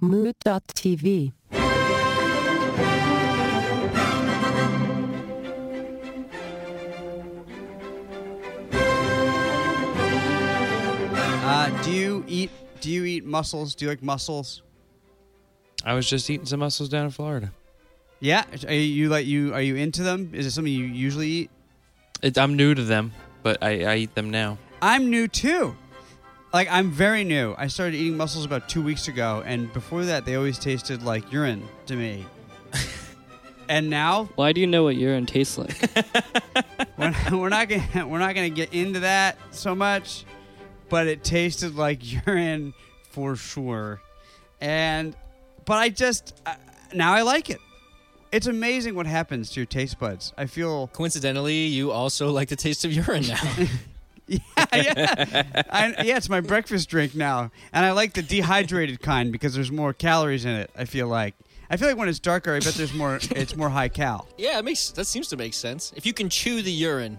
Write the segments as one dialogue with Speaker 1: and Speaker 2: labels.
Speaker 1: Mood.tv.
Speaker 2: Uh, do you eat? Do you eat mussels? Do you like mussels?
Speaker 3: I was just eating some mussels down in Florida.
Speaker 2: Yeah. Are you like you? Are you into them? Is it something you usually eat?
Speaker 3: It, I'm new to them, but I, I eat them now.
Speaker 2: I'm new too. Like I'm very new. I started eating mussels about two weeks ago, and before that, they always tasted like urine to me. and now
Speaker 4: Why do you know what urine tastes like?
Speaker 2: we're not, we're not gonna we're not gonna get into that so much, but it tasted like urine for sure, and but I just uh, now I like it. It's amazing what happens to your taste buds. I feel
Speaker 5: Coincidentally, you also like the taste of urine now.
Speaker 2: yeah yeah I, yeah it's my breakfast drink now, and I like the dehydrated kind because there's more calories in it. I feel like I feel like when it's darker, I bet there's more. It's more high cal.
Speaker 5: yeah, it makes that seems to make sense. If you can chew the urine,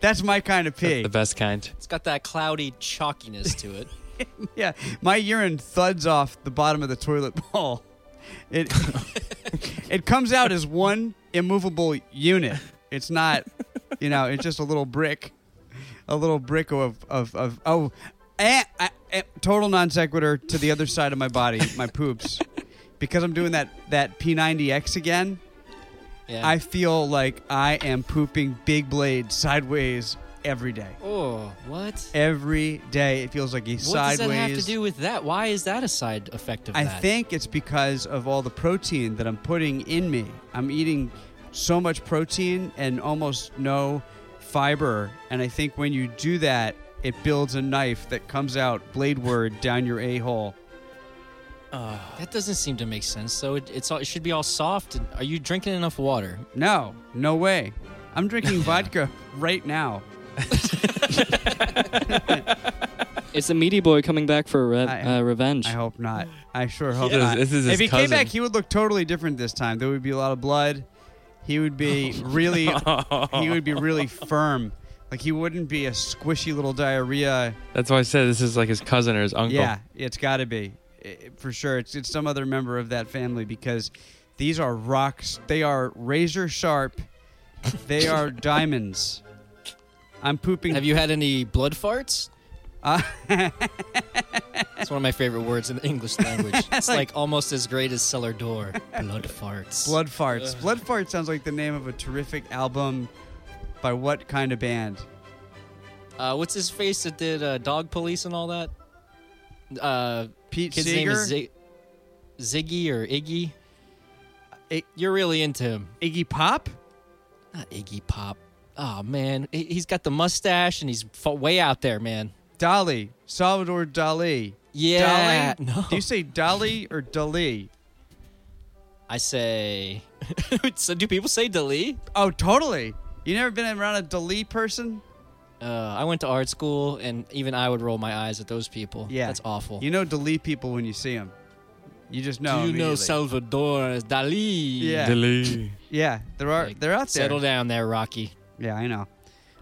Speaker 2: That's my kind of pee.
Speaker 3: The best kind.
Speaker 5: it's got that cloudy chalkiness to it.
Speaker 2: Yeah, my urine thuds off the bottom of the toilet bowl. It it comes out as one immovable unit. It's not, you know, it's just a little brick, a little brick of of of oh, eh, eh, eh, total non sequitur to the other side of my body, my poops, because I'm doing that that P90X again.
Speaker 5: Yeah.
Speaker 2: I feel like I am pooping big blade sideways every day.
Speaker 5: oh, what?
Speaker 2: Every day it feels like a
Speaker 5: What does
Speaker 2: sideways.
Speaker 5: that have to do with that? Why is that a side effect of
Speaker 2: I
Speaker 5: that?
Speaker 2: think it's because of all the protein that I'm putting in me. I'm eating so much protein and almost no fiber. And I think when you do that, it builds a knife that comes out bladeward down your a hole. Oh,
Speaker 5: that doesn't seem to make sense. though. it, it's all, it should be all soft. Are you drinking enough water?
Speaker 2: No, no way. I'm drinking vodka right now.
Speaker 4: it's a meaty boy coming back for re-
Speaker 2: I-
Speaker 4: uh, revenge.
Speaker 2: I hope not. I sure hope
Speaker 3: This is-
Speaker 2: not.
Speaker 3: this is his
Speaker 2: if he came
Speaker 3: cousin.
Speaker 2: back, he would look totally different this time. There would be a lot of blood. He would be really, he would be really firm. Like he wouldn't be a squishy little diarrhea.
Speaker 3: That's why I said this is like his cousin or his uncle.
Speaker 2: Yeah, it's got to be I- for sure. It's it's some other member of that family because these are rocks. They are razor sharp. They are diamonds. I'm pooping.
Speaker 5: Have you had any blood farts?
Speaker 2: Uh,
Speaker 5: It's one of my favorite words in the English language. It's like almost as great as cellar door. Blood farts.
Speaker 2: blood
Speaker 5: uh.
Speaker 2: farts. Blood farts sounds like the name of a terrific album. By what kind of band?
Speaker 5: Uh, what's his face that did uh, Dog Police and all that? Uh,
Speaker 2: Pete
Speaker 5: kid's
Speaker 2: Seeger.
Speaker 5: name is Zig- Ziggy or Iggy.
Speaker 2: I-
Speaker 5: You're really into him.
Speaker 2: Iggy Pop.
Speaker 5: Not Iggy Pop. Oh man, He- he's got the mustache and he's fa- way out there, man.
Speaker 2: Dolly. Salvador Dali.
Speaker 5: Yeah.
Speaker 2: Dali.
Speaker 5: No.
Speaker 2: Do you say Dolly or Dali?
Speaker 5: I say. so do people say Dali?
Speaker 2: Oh, totally. You never been around a Dali person?
Speaker 5: Uh, I went to art school, and even I would roll my eyes at those people.
Speaker 2: Yeah,
Speaker 5: that's awful.
Speaker 2: You know, delete people when you see them. You just know.
Speaker 5: do you know
Speaker 2: immediately.
Speaker 5: Salvador Dali?
Speaker 2: Yeah.
Speaker 3: Delete.
Speaker 2: Yeah, there are.
Speaker 5: Like,
Speaker 2: they're out there.
Speaker 5: Settle down there, Rocky.
Speaker 2: Yeah, I know.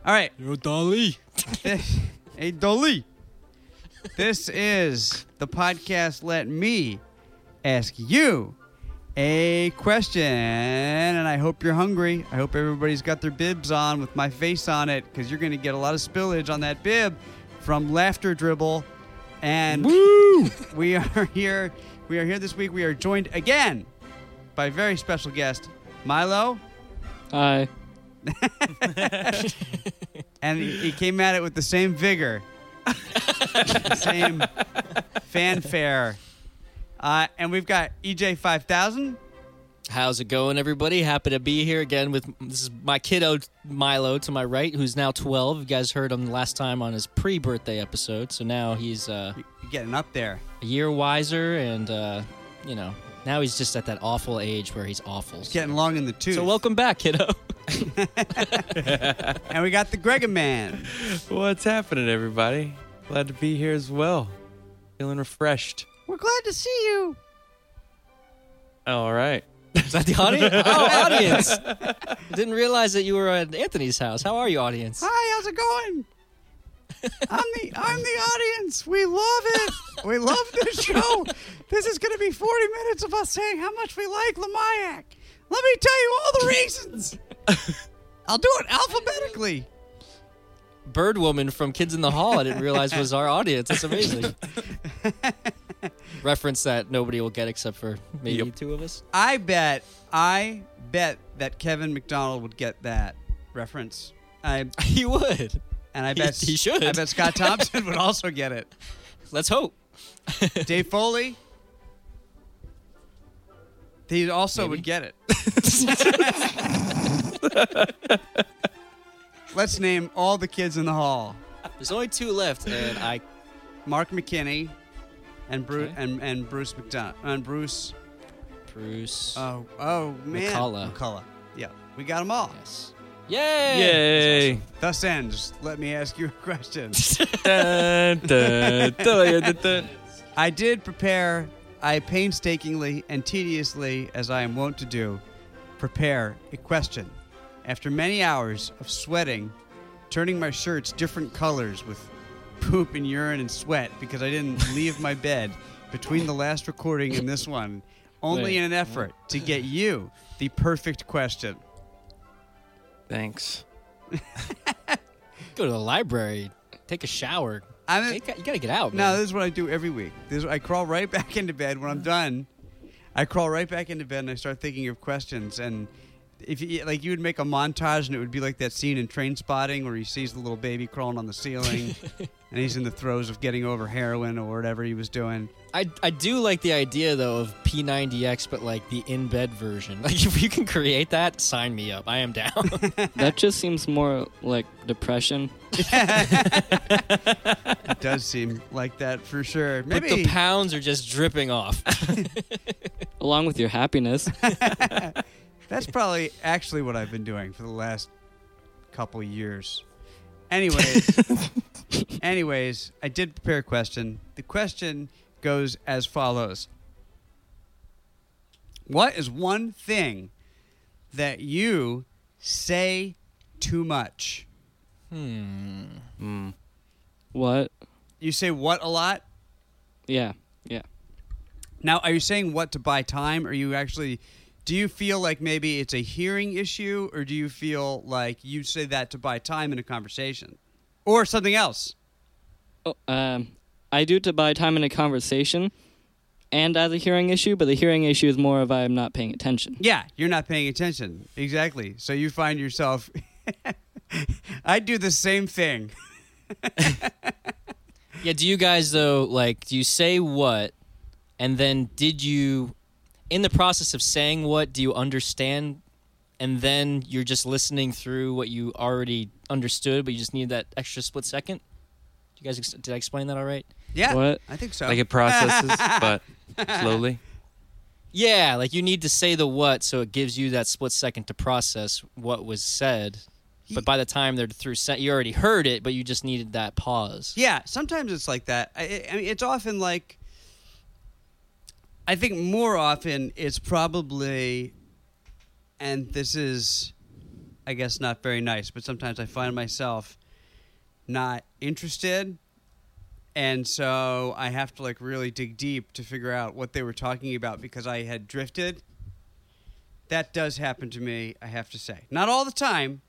Speaker 2: All right,
Speaker 5: You're Dali.
Speaker 2: hey Dolly. This is the podcast. Let me ask you a question, and I hope you're hungry. I hope everybody's got their bibs on with my face on it, because you're going to get a lot of spillage on that bib from laughter dribble. And we are here. We are here this week. We are joined again by a very special guest, Milo.
Speaker 4: Hi.
Speaker 2: and he, he came at it with the same vigor, the same fanfare. Uh, and we've got EJ five thousand.
Speaker 5: How's it going, everybody? Happy to be here again with this is my kiddo Milo to my right, who's now 12. You guys heard him last time on his pre-birthday episode, so now he's uh,
Speaker 2: Getting up there.
Speaker 5: a year wiser, and uh, you know now he's just at that awful age where he's awful.
Speaker 2: He's getting long in the tooth.
Speaker 5: So welcome back, kiddo.
Speaker 2: And we got the Gregor man.
Speaker 3: What's happening, everybody? Glad to be here as well. Feeling refreshed.
Speaker 2: We're glad to see you.
Speaker 3: All right.
Speaker 5: Is that the audience? Oh, audience! I didn't realize that you were at Anthony's house. How are you, audience?
Speaker 2: Hi, how's it going? I'm the I'm the audience. We love it. We love this show. This is gonna be 40 minutes of us saying how much we like Lamayak. Let me tell you all the reasons. I'll do it alphabetically.
Speaker 5: Bird woman from Kids in the Hall. I didn't realize was our audience. That's amazing. Reference that nobody will get except for maybe
Speaker 3: Yep.
Speaker 5: two of us.
Speaker 2: I bet I bet that Kevin McDonald would get that reference. I
Speaker 5: He would.
Speaker 2: and I
Speaker 5: He-
Speaker 2: bet
Speaker 5: he should.
Speaker 2: I bet Scott Thompson would also get it.
Speaker 5: Let's hope.
Speaker 2: Dave Foley. He also
Speaker 5: Maybe.
Speaker 2: would get it. Let's name all the kids in the hall:
Speaker 5: There's only two left, and I
Speaker 2: Mark McKinney, and Bruce
Speaker 5: Okay.
Speaker 2: and, and Bruce McDonald and Bruce.
Speaker 5: Bruce.
Speaker 2: Oh, oh man,
Speaker 5: McCullough.
Speaker 2: McCullough. Yeah, we got them all.
Speaker 5: yes. Yay!
Speaker 3: Yay!
Speaker 2: Thus ends. Let me ask you a question.
Speaker 3: Dun, dun, dun, dun, dun.
Speaker 2: I did prepare, I painstakingly and tediously, as I am wont to do, prepare a question. After many hours of sweating, turning my shirts different colors with poop and urine and sweat because I didn't leave my bed between the last recording and this one, only
Speaker 4: Wait,
Speaker 2: in an effort to get you the perfect question.
Speaker 3: Thanks.
Speaker 5: Go to the library. Take a shower.
Speaker 2: I'm,
Speaker 5: You got- you gotta get out.
Speaker 2: Uh, No,
Speaker 5: Man.
Speaker 2: this is what I do every week. This I crawl right back into bed when I'm done. I crawl right back into bed and I start thinking of questions. And if you, like you would make a montage and it would be like that scene in Train Spotting where he sees the little baby crawling on the ceiling and he's in the throes of getting over heroin or whatever he was doing.
Speaker 5: I, I do like the idea though of P90X, but like the in bed version. Like if you can create that, sign me up. I am down.
Speaker 4: That just seems more like depression.
Speaker 2: It does seem like that for sure.
Speaker 5: but
Speaker 2: Maybe
Speaker 5: the pounds are just dripping off.
Speaker 4: Along with your happiness.
Speaker 2: that's probably actually what I've been doing for the last couple years. Anyways, anyways, I did prepare a question. The question goes as follows: What is one thing that you say too much?
Speaker 4: what?
Speaker 2: You say what a lot.
Speaker 4: Yeah. Yeah.
Speaker 2: Now, are you saying what to buy time? Or are you actually? Do you feel like maybe it's a hearing issue, or do you feel like you say that to buy time in a conversation, or something else?
Speaker 4: Oh, um, I do to buy time in a conversation and as a hearing issue, but the hearing issue is more of I am not paying attention.
Speaker 2: Yeah, you're not paying attention. Exactly. So you find yourself. I do the same thing.
Speaker 5: yeah, do you guys though like do you say what and then did you in the process of saying what do you understand and then you're just listening through what you already understood, but you just need that extra split second? You guys ex- did I explain that all right?
Speaker 2: Yeah,
Speaker 4: What?
Speaker 2: I think so.
Speaker 3: Like it processes, but slowly.
Speaker 5: Yeah, like you need to say the what so it gives you that split second to process what was said. But by the time they're through, sen- you already heard it, but you just needed that pause.
Speaker 2: Yeah, sometimes it's like that. I, I mean, it's often like. I think more often it's probably, and this is, I guess, not very nice, but sometimes I find myself not interested. And so I have to like really dig deep to figure out what they were talking about because I had drifted. That does happen to me, I have to say. Not all the time,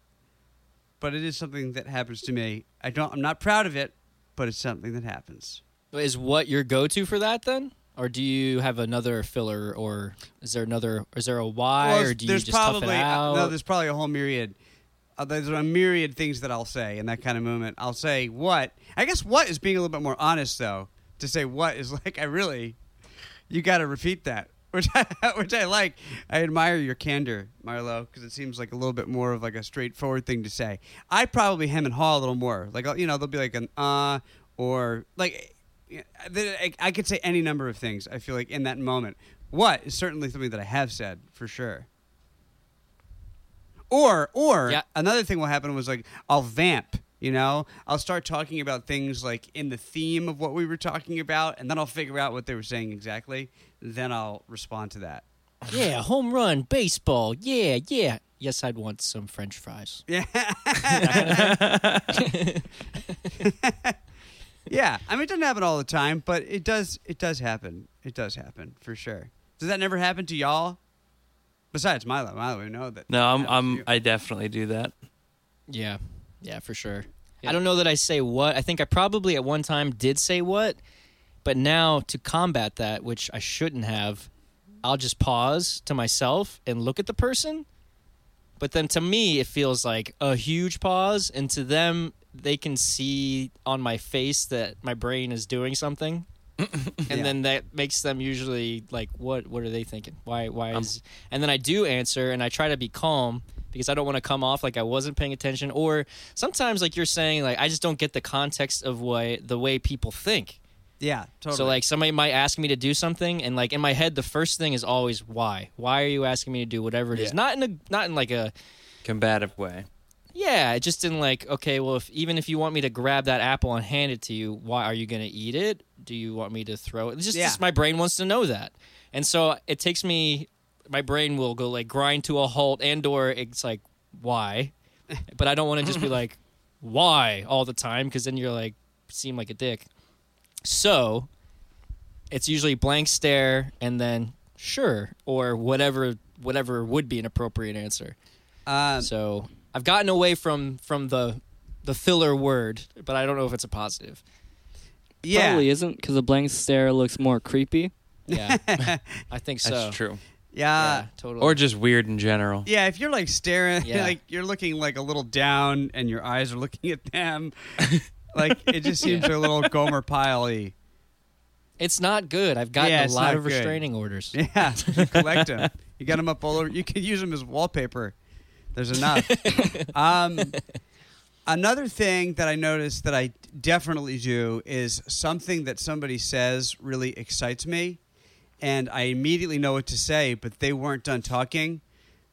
Speaker 2: but it is something that happens to me. I don't I'm not proud of it, but it's something that happens.
Speaker 5: Is what your go-to for that then, or do you have another filler, or is there another? Is there a why,
Speaker 2: Well,
Speaker 5: or
Speaker 2: there's-
Speaker 5: do you
Speaker 2: there's
Speaker 5: just tough it
Speaker 2: probably uh,
Speaker 5: out?
Speaker 2: no. There's probably a whole myriad. Uh, there's a myriad things that I'll say in that kind of moment. I'll say what I guess what is being a little bit more honest though. To say what is like I really, you got to repeat that, which I, which I like. I admire your candor, Marlo, because it seems like a little bit more of like a straightforward thing to say. I probably hem and haw a little more. Like I'll- you know, there'll be like an uh or like yeah, th- I I could say any number of things. I feel like in that moment, what is certainly something that I have said for sure. Or or
Speaker 5: Yeah.
Speaker 2: another thing will happen was like I'll vamp. You know, I'll start talking about things like in the theme of what we were talking about, and then I'll figure out what they were saying exactly. Then I'll respond to that.
Speaker 5: yeah, home run, baseball. Yeah, yeah. You yes, I'd want some French fries.
Speaker 2: Yeah. yeah. I mean, it doesn't happen all the time, but it does. It does happen. It does happen for sure. Does that never happen to y'all? Besides Milo, Milo, we know that.
Speaker 3: No, I'm,
Speaker 2: happens
Speaker 3: I'm
Speaker 2: to you.
Speaker 3: I definitely do that.
Speaker 5: Yeah, yeah, for sure.
Speaker 4: Yeah.
Speaker 5: I don't know that I say what. I think I probably at one time did say what, but now to combat that, which I shouldn't have, I'll just pause to myself and look at the person. But then to me, it feels like a huge pause, and to them, they can see on my face that my brain is doing something. and
Speaker 2: Yeah.
Speaker 5: then that makes them usually like what what are they thinking why why
Speaker 3: I'm-
Speaker 5: is and then i do answer and i try to be calm because i don't want to come off like i wasn't paying attention or sometimes like you're saying like i just don't get the context of what the way people think
Speaker 2: yeah, totally.
Speaker 5: so like somebody might ask me to do something and like in my head the first thing is always why why are you asking me to do whatever it is
Speaker 3: Yeah.
Speaker 5: not in a not in like a
Speaker 3: Combative way.
Speaker 5: yeah, it just didn't like. Okay, well, if even if you want me to grab that apple and hand it to you, why are you gonna eat it? Do you want me to throw it? It's Just,
Speaker 2: Yeah.
Speaker 5: just my brain wants to know that, and so it takes me. My brain will go like grind to a halt, and or it's like why, but I don't want to just be like why all the time because then you're like seem like a dick. So it's usually blank stare and then sure or whatever whatever would be an appropriate answer.
Speaker 2: um,
Speaker 5: So I've gotten away from from the the filler word, but I don't know if it's a positive.
Speaker 2: yeah,
Speaker 4: Probably isn't because a blank stare looks more creepy.
Speaker 5: Yeah, I think so.
Speaker 3: That's true.
Speaker 2: yeah.
Speaker 5: yeah, totally.
Speaker 3: Or just weird in general.
Speaker 2: Yeah, if you're like staring,
Speaker 5: Yeah.
Speaker 2: like you're looking like a little down, and your eyes are looking at them, like it just
Speaker 5: Yeah.
Speaker 2: seems a little Gomer Pyle-y.
Speaker 5: it's not good. I've gotten
Speaker 2: Yeah,
Speaker 5: a
Speaker 2: it's
Speaker 5: lot
Speaker 2: not
Speaker 5: of
Speaker 2: good.
Speaker 5: restraining orders.
Speaker 2: Yeah, you collect them. You got them up all over. You could use them as wallpaper. There's enough. um, another thing that I noticed that I definitely do is something that somebody says really excites me, and I immediately know what to say, but they weren't done talking.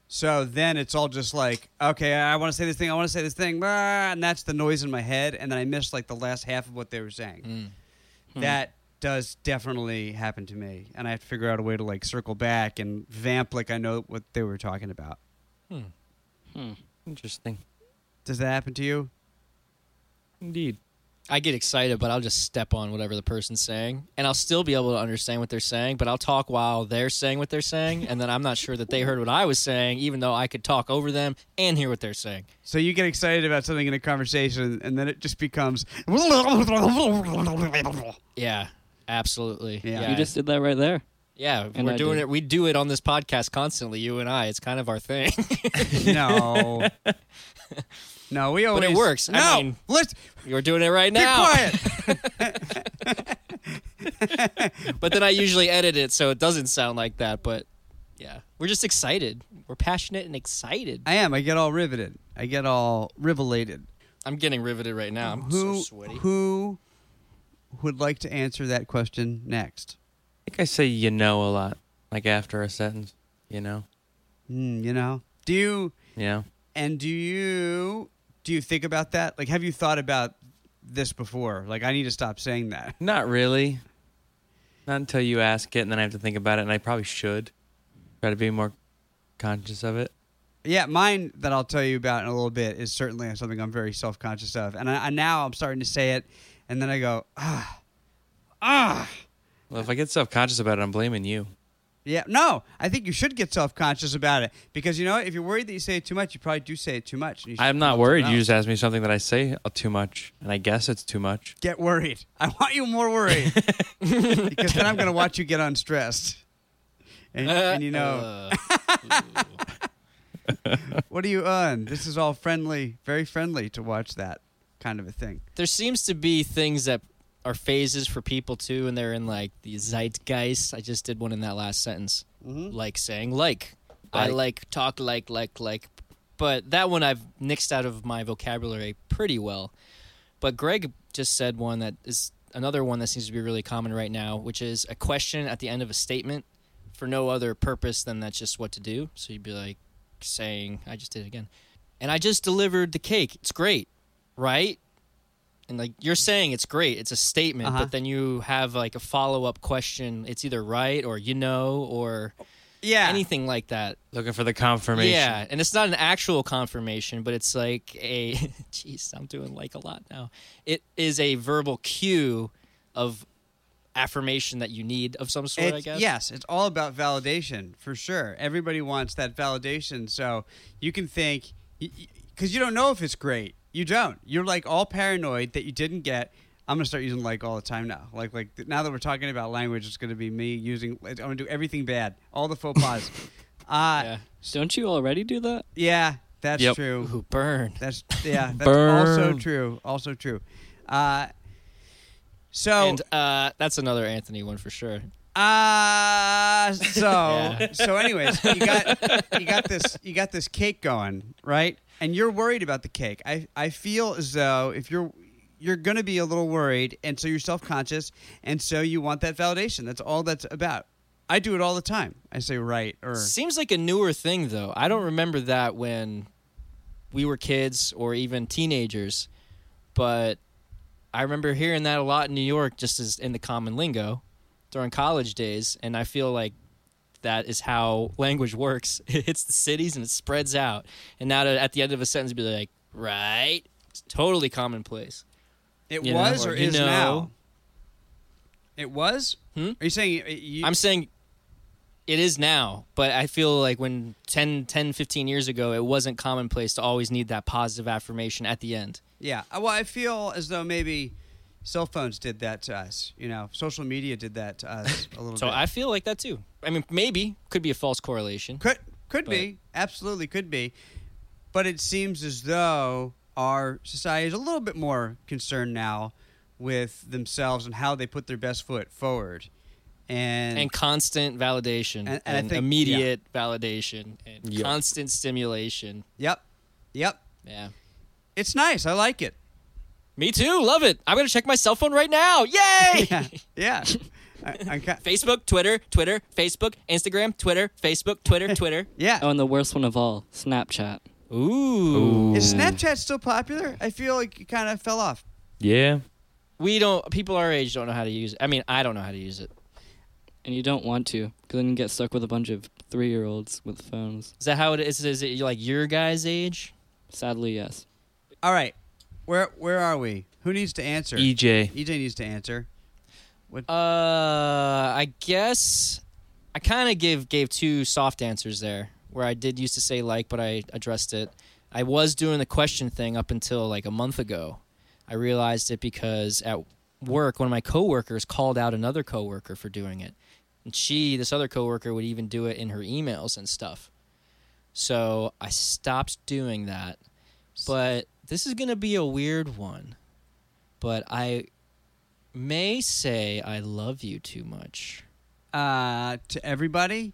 Speaker 2: So then it's all just like, okay, I want to say this thing, I want to say this thing, blah, and that's the noise in my head, and then I missed like the last half of what they were saying
Speaker 5: Mm. Hmm.
Speaker 2: that does definitely happen to me and i have to figure out a way to like circle back and vamp like i know what they were talking about
Speaker 3: Interesting.
Speaker 2: does that happen to you
Speaker 3: Indeed.
Speaker 5: I get excited, but I'll just step on whatever the person's saying, and I'll still be able to understand what they're saying. But I'll talk while they're saying what they're saying, and then I'm not sure that they heard what I was saying, even though I could talk over them and hear what they're saying.
Speaker 2: so you get excited about something in a conversation and then it just becomes yeah
Speaker 5: Yeah, absolutely.
Speaker 2: Yeah.
Speaker 5: yeah.
Speaker 4: You just did that right there.
Speaker 5: yeah
Speaker 4: And
Speaker 5: we're
Speaker 4: I
Speaker 5: doing
Speaker 4: do.
Speaker 5: it. We do it on this podcast constantly. You and I. It's kind of our thing.
Speaker 2: no no we always
Speaker 5: it works.
Speaker 2: no
Speaker 5: I mean-
Speaker 2: let's
Speaker 5: You're doing it right
Speaker 2: be
Speaker 5: now.
Speaker 2: quiet
Speaker 5: But then I usually edit it so it doesn't sound like that. But yeah, we're just excited. We're passionate and excited.
Speaker 2: i am i get all riveted i get all rivelated
Speaker 5: I'm getting riveted right now. Oh, I'm
Speaker 2: who
Speaker 5: so sweaty.
Speaker 2: who would like to answer that question next
Speaker 3: I think I say you know a lot. Like after a sentence. You know?
Speaker 2: Hmm, you know do you
Speaker 3: You know?
Speaker 2: And do you do you think about that? Like, have you thought about this before? Like, I need to stop saying that.
Speaker 3: Not really. Not until you ask it, and then I have to think about it, and I probably should try to be more conscious of it.
Speaker 2: Yeah, mine that I'll tell you about in a little bit is certainly something I'm very self conscious of, and I, I now I'm starting to say it, and then I go ah ah.
Speaker 3: Well, if I get self conscious about it, I'm blaming you.
Speaker 2: Yeah, no, I think you should get self conscious about it because you know what? if you're worried that you say it too much, you probably do say it too much. and you should
Speaker 3: I'm not
Speaker 2: come up with
Speaker 3: worried.
Speaker 2: something
Speaker 3: You
Speaker 2: else.
Speaker 3: just asked me something that I say uh, too much, and I guess it's too much.
Speaker 2: get worried. I want you more worried because then I'm going to watch you get unstressed, and, and you know.
Speaker 5: Uh,
Speaker 2: What do you earn? This is all friendly, very friendly to watch that kind of a thing.
Speaker 5: there seems to be things that are phases for people too, and they're in like the zeitgeist. I just did one in that last sentence,
Speaker 2: Mm-hmm.
Speaker 5: like saying like. I
Speaker 3: Like.
Speaker 5: like talk like like like, but that one I've nixed out of my vocabulary pretty well. But Greg just said one that is another one that seems to be really common right now, which is a question at the end of a statement for no other purpose than that's just what to do. So you'd be like saying, I just did it again. And I just delivered the cake. It's great, right? And like you're saying it's great, it's a statement,
Speaker 2: Uh-huh.
Speaker 5: but then you have like a follow up question. It's either right or you know or
Speaker 2: Yeah.
Speaker 5: anything like that.
Speaker 3: Looking for the confirmation.
Speaker 5: Yeah, and it's not an actual confirmation, but it's like a jeez, I'm doing like a lot now. It is a verbal cue of affirmation that you need of some sort, I
Speaker 2: It's-
Speaker 5: guess.
Speaker 2: Yes, it's all about validation for sure. Everybody wants that validation, so you can think because you don't know if it's great. You don't. You're like all paranoid that you didn't get. I'm gonna start using like all the time now. Like like th- now that we're talking about language, it's gonna be me using. I'm gonna do everything bad, all the faux pas. uh, yeah.
Speaker 5: Yeah.
Speaker 4: Don't you already do that?
Speaker 2: that's
Speaker 3: Yep.
Speaker 2: true.
Speaker 5: Ooh, burn.
Speaker 2: That's yeah. That's also
Speaker 3: Burn.
Speaker 2: true. Also true. Uh, so
Speaker 5: And uh, that's another Anthony one for sure.
Speaker 2: Uh so
Speaker 5: Yeah.
Speaker 2: so anyways, you got you got this you got this cake going, right? And you're worried about the cake. I I feel as though if you're you're going to be a little worried and so you're self-conscious and so you want that validation. That's all that's about. I do it all the time. I say right or
Speaker 5: Seems like a newer thing though. I don't remember that when we were kids or even teenagers, but I remember hearing that a lot in New York, just as in the common lingo during college days, and I feel like that is how language works. It hits the cities and it spreads out, and now to, at the end of a sentence, be like, right? It's totally commonplace.
Speaker 2: it
Speaker 5: you know,
Speaker 2: was
Speaker 5: or
Speaker 2: or
Speaker 5: you
Speaker 2: is
Speaker 5: know.
Speaker 2: now. It was?
Speaker 5: Hmm?
Speaker 2: Are you saying it- you,
Speaker 5: I'm saying it is now, but I feel like when 10, 10, 15 years ago, it wasn't commonplace to always need that positive affirmation at the end.
Speaker 2: Yeah. Uh, Well, I feel as though maybe cell phones did that to us, you know, social media did that to us a little
Speaker 5: So
Speaker 2: bit.
Speaker 5: I feel like that too. I mean, maybe could be a false correlation.
Speaker 2: Could could be absolutely could be, but it seems as though our society is a little bit more concerned now with themselves and how they put their best foot forward, and,
Speaker 5: And constant validation, and,
Speaker 2: And- and I think-
Speaker 5: immediate validation, and
Speaker 3: Yeah.
Speaker 5: constant stimulation.
Speaker 2: yep, yep,
Speaker 5: Yeah,
Speaker 2: it's nice. I like it.
Speaker 5: me too. Love it. I'm gonna check my cell phone right now. Yay!
Speaker 2: Yeah, yeah. I, I'm ki-
Speaker 5: Facebook, Twitter, Twitter, Facebook, Instagram, Twitter, Facebook, Twitter, Twitter.
Speaker 2: yeah.
Speaker 4: Oh, and the worst one of all, Snapchat.
Speaker 5: Ooh.
Speaker 2: Is Snapchat still popular? I feel like it kind of fell off.
Speaker 3: Yeah.
Speaker 5: We don't. People our age don't know how to use it. I mean, I don't know how to use it.
Speaker 4: And you don't want to, because then you get stuck with a bunch of three year olds with phones.
Speaker 5: Is that how it is? Is it like your guy's age?
Speaker 4: Sadly, yes.
Speaker 2: All right, where where are we? Who needs to answer?
Speaker 5: E
Speaker 3: EJ.
Speaker 2: EJ needs to answer.
Speaker 5: Uh, I guess I kind of give gave two soft answers there, where I did used to say like, but I addressed it. I was doing the question thing up until like a month ago. I realized it because at work, one of my coworkers called out another coworker for doing it, and she, this other coworker, would even do it in her emails and stuff. So I stopped doing that. But this is gonna be a weird one. But I may say I love you too much.
Speaker 2: Uh, to everybody,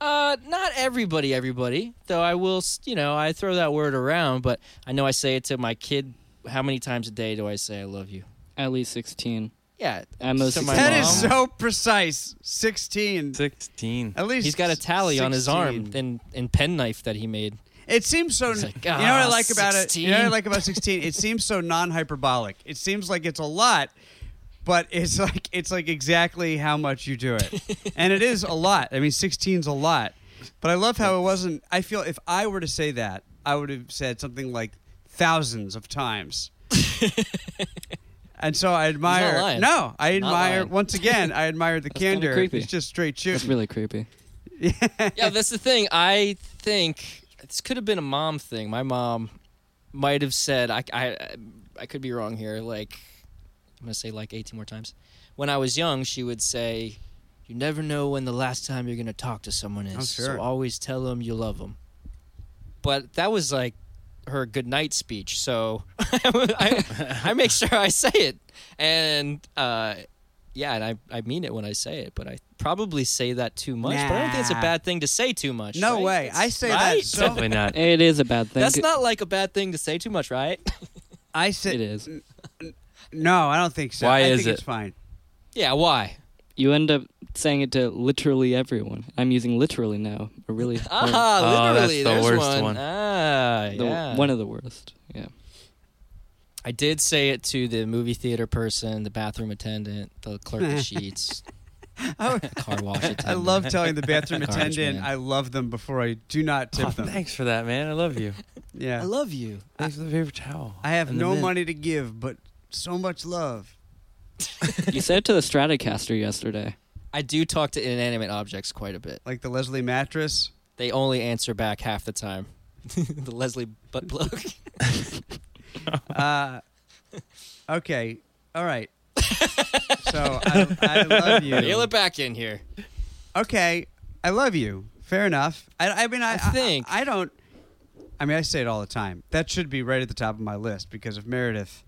Speaker 5: Uh, not everybody, everybody. Though I will, s- you know, I throw that word around, but I know I say it to my kid. How many times a day do I say I love you?
Speaker 4: At least 16.
Speaker 5: Yeah,
Speaker 4: At most
Speaker 5: to my
Speaker 4: 16.
Speaker 2: That is
Speaker 5: mom.
Speaker 2: so precise. Sixteen.
Speaker 3: 16.
Speaker 2: At least
Speaker 5: he's got a tally on his
Speaker 2: 16.
Speaker 5: arm and and pen knife that he made.
Speaker 2: It seems so.
Speaker 5: It's like,
Speaker 2: you know what I
Speaker 5: "Ah,
Speaker 2: like about it. You know what I
Speaker 5: 16."
Speaker 2: like about sixteen. It seems so non-hyperbolic. It seems like it's a lot, but it's like it's like exactly how much you do it, and it is a lot. I mean, 16's a lot, but I love how it wasn't. I feel if I were to say that, I would have said something like thousands of times. And so I admire.
Speaker 5: lying.
Speaker 2: No, I
Speaker 5: He's not
Speaker 2: admire.
Speaker 5: lying.
Speaker 2: Once again, I admire the
Speaker 4: kinda
Speaker 2: candor.
Speaker 4: creepy.
Speaker 2: It's just straight
Speaker 4: That's
Speaker 2: shooting.
Speaker 4: really creepy.
Speaker 5: yeah, that's the thing. I think this could have been a mom thing. My mom might have said, I, I, I could be wrong here. Like, I'm going to say like 18 more times. When I was young, she would say, You never know when the last time you're going to talk to someone is.
Speaker 2: Oh, sure.
Speaker 5: So always tell them you love them. But that was like her goodnight speech. So I, I make sure I say it. And, uh, yeah, and I, I mean it when I say it, but I probably say that too much. But I don't think it's a
Speaker 2: Nah.
Speaker 5: bad thing to say too much.
Speaker 2: No
Speaker 5: right?
Speaker 2: way.
Speaker 5: It's-
Speaker 2: I say
Speaker 5: right?
Speaker 2: that so
Speaker 3: Definitely not.
Speaker 4: It is a bad thing.
Speaker 5: That's not like a bad thing to say too much, right?
Speaker 2: I said
Speaker 4: It is.
Speaker 2: no. I don't think so.
Speaker 3: Why
Speaker 2: I
Speaker 3: is
Speaker 2: think It's
Speaker 3: it?
Speaker 2: fine.
Speaker 5: yeah, why?
Speaker 4: You end up saying it to literally everyone. I'm using literally now. A really hard-
Speaker 5: Ah,
Speaker 3: Oh, that's
Speaker 5: literally,
Speaker 3: the
Speaker 5: there's
Speaker 3: worst
Speaker 5: one.
Speaker 3: one.
Speaker 5: Ah,
Speaker 4: the-
Speaker 5: yeah.
Speaker 4: one of the worst. Yeah.
Speaker 5: I did say it to the movie theater person, the bathroom attendant, the clerk of sheets. Car wash attendant.
Speaker 2: Oh, I love telling the bathroom
Speaker 5: Garbage
Speaker 2: attendant
Speaker 5: man.
Speaker 2: I love them before I do not tip
Speaker 3: Oh,
Speaker 2: them.
Speaker 3: thanks for that, man. I love you.
Speaker 2: Yeah.
Speaker 5: I love you.
Speaker 3: Thanks for the paper towel.
Speaker 2: I have
Speaker 3: And the
Speaker 2: no
Speaker 3: mint.
Speaker 2: money to give, but so much love.
Speaker 4: you said it to the Stratocaster yesterday.
Speaker 5: I do talk to inanimate objects quite a bit.
Speaker 2: Like the Leslie mattress.
Speaker 5: They only answer back half the time. the Leslie butt plug.
Speaker 2: Uh, okay. All right. so I, I love you.
Speaker 5: Reel it back in here.
Speaker 2: okay, I love you. Fair enough. I, I mean, I,
Speaker 5: I think-
Speaker 2: I, I don't. I mean, I say it all the time. That should be right at the top of my list because of Meredith.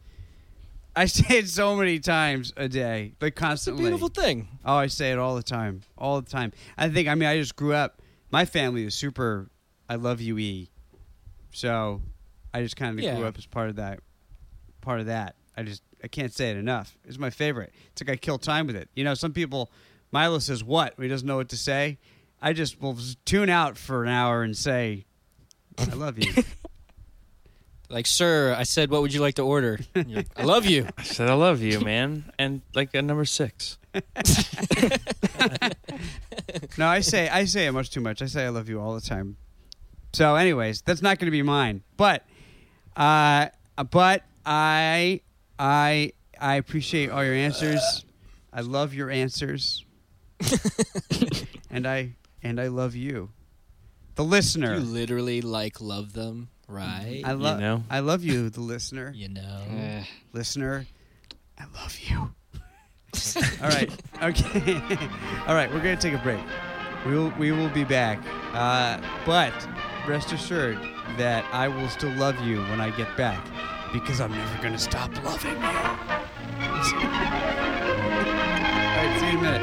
Speaker 2: I say it so many times a day, but
Speaker 5: It's a
Speaker 2: constantly.
Speaker 5: beautiful thing.
Speaker 2: Oh, I say it all the time, all the time. I think. I mean, I just grew up. My family is super. I love you, e. So, I just kind of
Speaker 5: Yeah.
Speaker 2: grew up as part of that. Part of that. I just I can't say it enough. It's my favorite. It's like I kill time with it. You know, some people. Milo says what? He doesn't know what to say. I just will z- tune out for an hour and say, "I love you."
Speaker 5: Like, sir, I said, what would you like to order? And you're like, I love you.
Speaker 3: I said I love you, man, and like a number six.
Speaker 2: no, I say I say it much too much. I say I love you all the time. So, anyways, that's not going to be mine. But, uh, but I I I appreciate all your answers. I love your answers, and I and I love you, the listener.
Speaker 5: You literally like love them, right?
Speaker 2: I love
Speaker 3: You know.
Speaker 2: I love you, the listener.
Speaker 5: you know.
Speaker 4: Eh.
Speaker 2: listener, I love you. All right. Okay. All right. We're gonna take a break. We will. We will be back. Uh, but rest assured that I will still love you when I get back, because I'm never gonna stop loving you. All right. See you in a minute.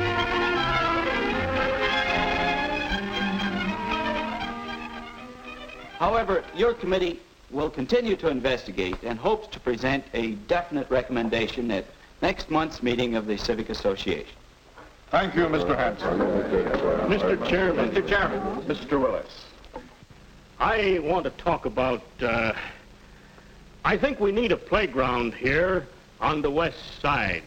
Speaker 1: However, your committee will continue to investigate and hopes to present a definite recommendation at next month's meeting of the Civic Association.
Speaker 6: Thank you, Mr. Hanson. Mr. Chairman. Mr. Chairman. Mr. Willis.
Speaker 7: I want to talk about. Uh, I think we need a playground here on the west side.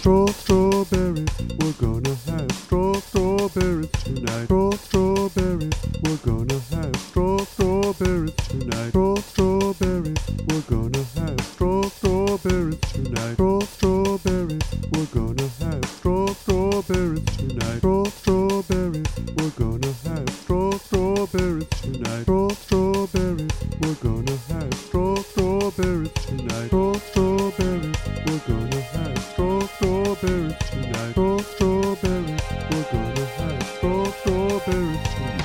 Speaker 8: Straw, strawberries, we're gonna have straw, strawberries tonight. Straw, strawberries, we're gonna have straw, strawberries tonight. Straw, strawberries, we're gonna have straw, strawberries tonight. Straw, strawberries, we're gonna have straw, strawberries tonight. Straw, strawberries, we're gonna have straw, strawberries tonight. Straw, strawberries, we're gonna have straw, strawberries tonight. Straw, strawberries, we're gonna have straw, strawberries tonight. Straw, strawberries, we're gonna have straw, strawberries tonight.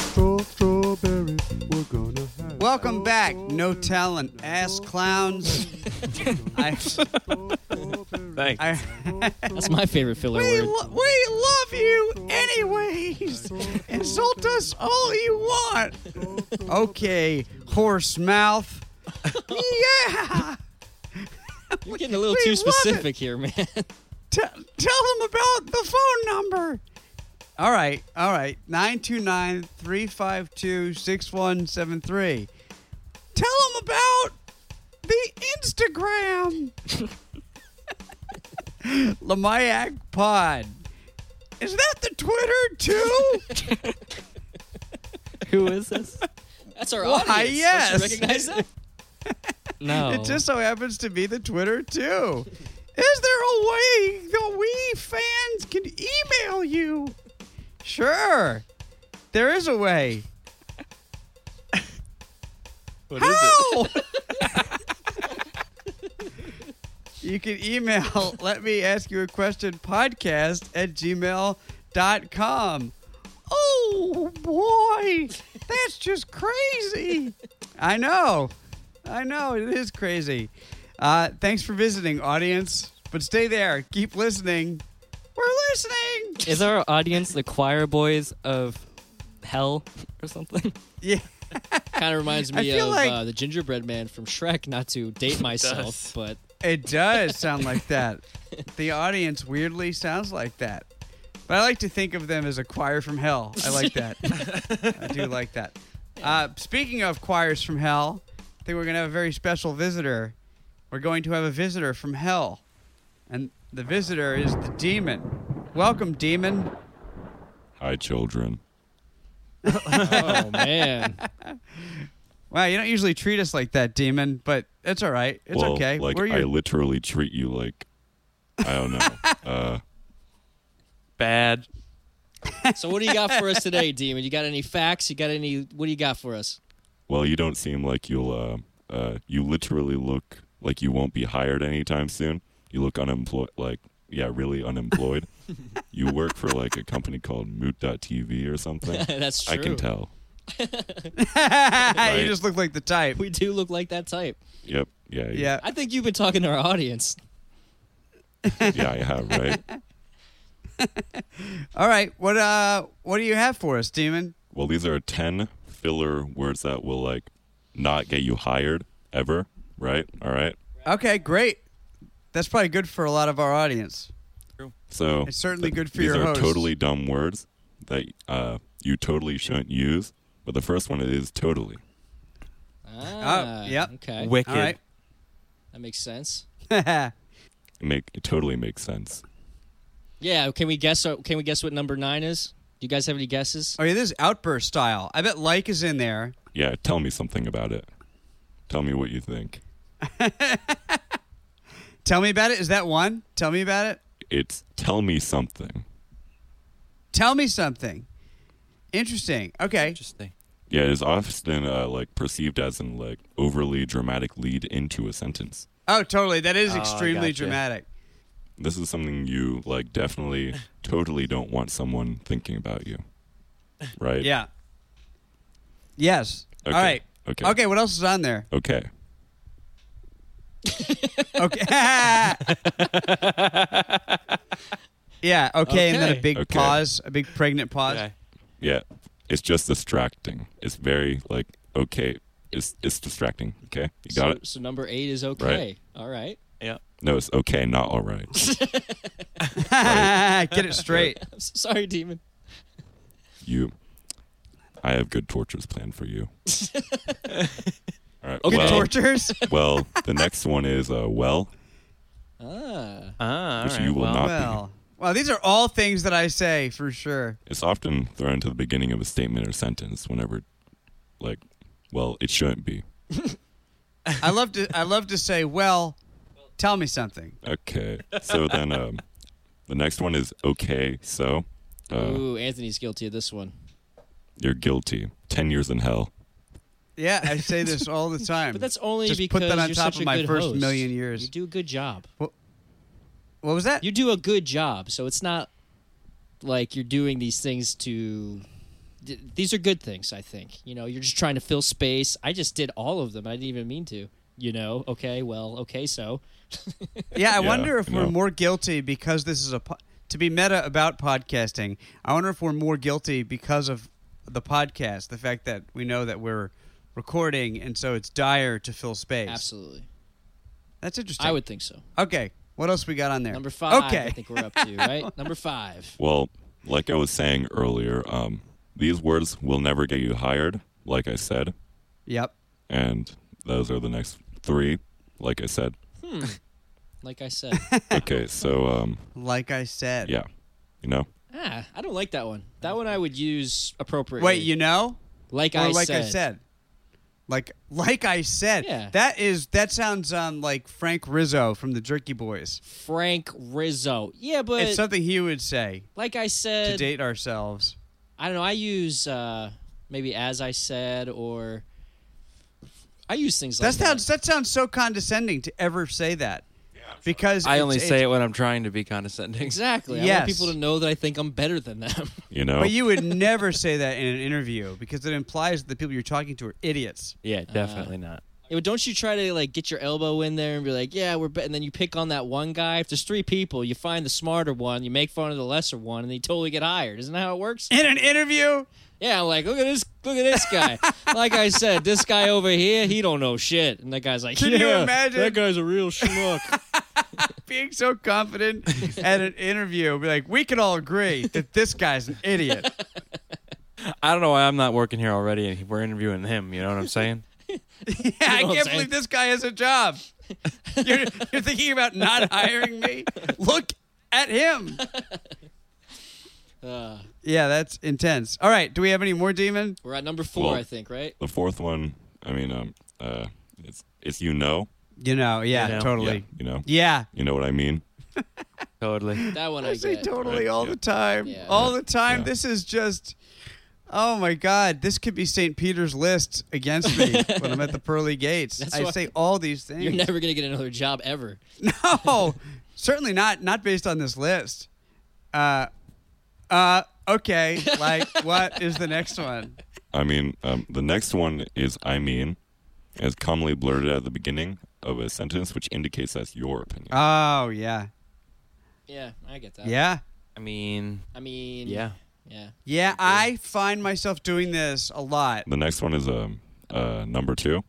Speaker 8: Straw, strawberries, we're gonna have.
Speaker 2: Welcome
Speaker 8: straw,
Speaker 2: back, no
Speaker 8: strawberries
Speaker 2: talent ass clowns.
Speaker 8: tonight.
Speaker 2: I,
Speaker 8: Straw, strawberries.
Speaker 3: Thanks.
Speaker 2: I,
Speaker 4: That's my favorite filler
Speaker 2: we,
Speaker 4: word.
Speaker 2: lo- we love you anyways. Insult us all you want. Okay, horse mouth. Yeah.
Speaker 5: You're getting a little
Speaker 2: We
Speaker 5: too
Speaker 2: love it.
Speaker 5: specific here, man.
Speaker 2: T- tell them about the phone number. All right, all right. 929 352 6173. Tell them about the Instagram. Lamayak Pod. Is that the Twitter too?
Speaker 4: Who is this?
Speaker 5: That's our
Speaker 2: Why,
Speaker 5: audience. Don't you
Speaker 2: yes.
Speaker 5: recognize that?
Speaker 4: No.
Speaker 2: It just so happens to be the Twitter too. Is there a way that we fans can email you? Sure. There is a way.
Speaker 3: What
Speaker 2: How? you can email let me ask you a question podcast at gmail.com. Oh boy, that's just crazy. I know. I know. It is crazy. Uh, thanks for visiting, audience. But stay there. Keep listening. We're listening.
Speaker 4: Is our audience the choir boys of hell or something?
Speaker 2: Yeah.
Speaker 5: kind of reminds
Speaker 2: I
Speaker 5: me
Speaker 2: feel
Speaker 5: of
Speaker 2: like-
Speaker 5: uh, the gingerbread man from Shrek. Not to date myself, but
Speaker 2: It does sound like that. The audience weirdly sounds like that. But I like to think of them as a choir from hell. I like that. I do like that. Uh, speaking of choirs from hell, I think we're going to have a very special visitor. We're going to have a visitor from hell. And The visitor is the demon. Welcome, demon.
Speaker 8: Hi, children.
Speaker 4: Oh man.
Speaker 2: Wow, you don't usually treat us like that, demon, but it's all right. It's
Speaker 8: well,
Speaker 2: okay.
Speaker 8: like
Speaker 2: We're
Speaker 8: I
Speaker 2: your
Speaker 8: literally treat you like I don't know. uh,
Speaker 3: Bad.
Speaker 5: So what do you got for us today, Demon? You got any facts? You got any? What do you got for us?
Speaker 8: well, you don't seem like you'll. Uh, uh, you literally look like you won't be hired anytime soon. You look unemployed. Like yeah, really unemployed. you work for like a company called Moot.tv or something.
Speaker 5: That's true.
Speaker 8: I can tell.
Speaker 2: you
Speaker 8: Right.
Speaker 2: just look like the type.
Speaker 5: We do look like that type.
Speaker 8: Yep. Yeah.
Speaker 2: yeah.
Speaker 5: I think you've been talking to our audience.
Speaker 8: Yeah, I have. Right.
Speaker 2: All right. What uh what do you have for us, Demon?
Speaker 8: Well, these are 10 filler words that will like not get you hired ever, right? All right.
Speaker 2: Okay, great. That's probably good for a lot of our audience.
Speaker 8: So
Speaker 2: It's certainly good for
Speaker 8: these
Speaker 2: your
Speaker 8: are
Speaker 2: hosts.
Speaker 8: totally dumb words that uh, you totally shouldn't use. But the first one is totally.
Speaker 5: Ah,
Speaker 2: Oh, yep.
Speaker 5: Okay,
Speaker 3: Wicked.
Speaker 2: All right.
Speaker 5: that makes sense.
Speaker 8: It make it totally makes sense.
Speaker 5: Yeah. Can we guess? uh, Can we guess what number nine is? Do you guys have any guesses?
Speaker 2: oh yeah, this is outburst style. I bet like is in there.
Speaker 8: Yeah, tell me something about it. Tell me what you think.
Speaker 2: Tell me about it. Is that one? Tell me about it.
Speaker 8: It's tell me something.
Speaker 2: Tell me something. Interesting. Okay.
Speaker 3: Interesting.
Speaker 8: Yeah, it is often uh, like perceived as an like overly dramatic lead into a sentence.
Speaker 2: Oh, totally. That is extremely
Speaker 3: gotcha.
Speaker 2: dramatic.
Speaker 8: This is something you like definitely totally don't want someone thinking about you. Right?
Speaker 2: Yeah. Yes.
Speaker 8: Okay.
Speaker 2: All right.
Speaker 8: Okay.
Speaker 2: Okay, what else is on there?
Speaker 8: Okay.
Speaker 2: Okay. yeah, okay, and then a
Speaker 5: Okay.
Speaker 2: big
Speaker 8: Okay.
Speaker 2: pause, a big pregnant pause.
Speaker 3: Okay.
Speaker 8: Yeah. It's just distracting. It's very like okay. It's it's distracting. Okay. You got
Speaker 5: so,
Speaker 8: it?
Speaker 5: so number eight is okay. All right.
Speaker 3: Yeah.
Speaker 8: No, it's okay, not all right.
Speaker 2: Get it straight.
Speaker 5: I'm so sorry, Demon.
Speaker 8: you I have good tortures planned for you. all right.
Speaker 2: Good
Speaker 8: well,
Speaker 2: tortures.
Speaker 8: well, the next one is uh well,
Speaker 5: Ah,
Speaker 3: Ah, all
Speaker 8: Which
Speaker 3: right,
Speaker 8: you will
Speaker 3: well,
Speaker 8: not-
Speaker 2: well, well, these are all things that I say for sure.
Speaker 8: it's often thrown to the beginning of a statement or sentence whenever like well, it shouldn't be.
Speaker 2: I love to. I love to say, well, tell me something.
Speaker 8: Okay. So then um, the next one is okay. So uh,
Speaker 5: ooh, Anthony's guilty of this one.
Speaker 8: you're guilty. 10 years in hell.
Speaker 2: Yeah, I say this all the time.
Speaker 5: But that's only
Speaker 2: Just
Speaker 5: because
Speaker 2: put that on
Speaker 5: you're
Speaker 2: top
Speaker 5: such
Speaker 2: of
Speaker 5: a
Speaker 2: my
Speaker 5: good
Speaker 2: first
Speaker 5: host.
Speaker 2: million years.
Speaker 5: You do a good job.
Speaker 2: what was that?
Speaker 5: You do a good job, so it's not like you're doing these things to. th- These are good things, I think. You know, you're just trying to fill space. I just did all of them. I didn't even mean to. You know, okay, well, okay, so
Speaker 2: yeah, I
Speaker 8: Yeah,
Speaker 2: wonder if
Speaker 8: I
Speaker 2: we're
Speaker 8: know.
Speaker 2: more guilty because this is a po- to be meta about podcasting. I wonder if we're more guilty because of the podcast, the fact that we know that we're recording, and so it's dire to fill space.
Speaker 5: absolutely,
Speaker 2: That's interesting.
Speaker 5: I would think so.
Speaker 2: Okay, what else we got on there?
Speaker 5: Number five,
Speaker 2: Okay.
Speaker 5: I think we're up to right. Number five.
Speaker 8: Well, like I was saying earlier, um, these words will never get you hired, like I said.
Speaker 2: yep.
Speaker 8: And those are the next three, like I said.
Speaker 5: Like I said,
Speaker 8: Okay. So, um,
Speaker 2: Like I said.
Speaker 8: yeah. You know?
Speaker 5: ah, I don't like that one. That one I would use appropriately.
Speaker 2: Wait, you know?
Speaker 5: like
Speaker 2: or
Speaker 5: I
Speaker 2: like
Speaker 5: said.
Speaker 2: I said. Like like I said.
Speaker 5: Yeah.
Speaker 2: That is that sounds um like Frank Rizzo from the Jerky Boys.
Speaker 5: Frank Rizzo. Yeah, but
Speaker 2: it's something he would say
Speaker 5: like I
Speaker 2: to
Speaker 5: said,
Speaker 2: date ourselves.
Speaker 5: I don't know. I use uh, maybe as I said, or I use things like
Speaker 2: That sounds that sounds so condescending to ever say that. Because
Speaker 3: I
Speaker 2: it's-
Speaker 3: only
Speaker 2: it's-
Speaker 3: say it when I'm trying to be condescending.
Speaker 5: exactly. I
Speaker 2: Yes.
Speaker 5: want people to know that I think I'm better than them.
Speaker 8: You know?
Speaker 2: But you would never say that in an interview because it implies that the people you're talking to are idiots.
Speaker 3: Yeah, definitely not.
Speaker 5: Yeah, but don't you try to like get your elbow in there and be like, yeah, we're better. And then you pick on that one guy. If there's three people, you find the smarter one, you make fun of the lesser one, and they totally get hired. Isn't that how it works?
Speaker 2: In an interview?
Speaker 5: Yeah, I'm like, look at this, look at this guy. like I said, this guy over here, he don't know shit. And that guy's like,
Speaker 2: Can
Speaker 5: yeah,
Speaker 2: you imagine?
Speaker 5: that guy's a real schmuck.
Speaker 2: Being so confident at an interview, be like, we can all agree that this guy's an idiot.
Speaker 3: I don't know why I'm not working here already, and we're interviewing him. You know what I'm saying?
Speaker 2: Yeah, I
Speaker 5: know
Speaker 2: can't
Speaker 5: what I'm saying?
Speaker 2: believe this guy has a job. You're, you're thinking about not hiring me? Look at him.
Speaker 5: Uh,
Speaker 2: Yeah, that's intense. All right, do we have any more demon?
Speaker 5: we're at number four,
Speaker 8: Well-
Speaker 5: I think, right?
Speaker 8: The fourth one, I mean, um, uh, it's it's you know,
Speaker 2: You know, yeah,
Speaker 3: You know.
Speaker 8: yeah,
Speaker 2: totally.
Speaker 8: you know,
Speaker 2: Yeah.
Speaker 8: you know what I mean.
Speaker 3: Totally.
Speaker 5: That one I,
Speaker 2: I say
Speaker 5: get.
Speaker 2: totally
Speaker 8: Right,
Speaker 2: all
Speaker 8: yeah.
Speaker 2: the time.
Speaker 5: Yeah.
Speaker 2: All the time.
Speaker 8: Yeah.
Speaker 2: This is just Oh my god, this could be St. Peter's list against me when I'm at the pearly gates.
Speaker 5: That's
Speaker 2: I
Speaker 5: why-
Speaker 2: say all these things.
Speaker 5: You're never gonna get another job ever.
Speaker 2: No, Oh, certainly not. Not based on this list. Uh, uh, okay. Like, what is the next one?
Speaker 8: I mean, um, the next one is I mean, as commonly blurted at the beginning of a sentence, which indicates that's your opinion.
Speaker 2: Oh yeah,
Speaker 5: Yeah, I get that.
Speaker 2: yeah,
Speaker 3: I mean,
Speaker 5: I mean,
Speaker 3: yeah.
Speaker 5: yeah.
Speaker 2: yeah. I find myself doing this a lot.
Speaker 8: The next one is um, uh, number two,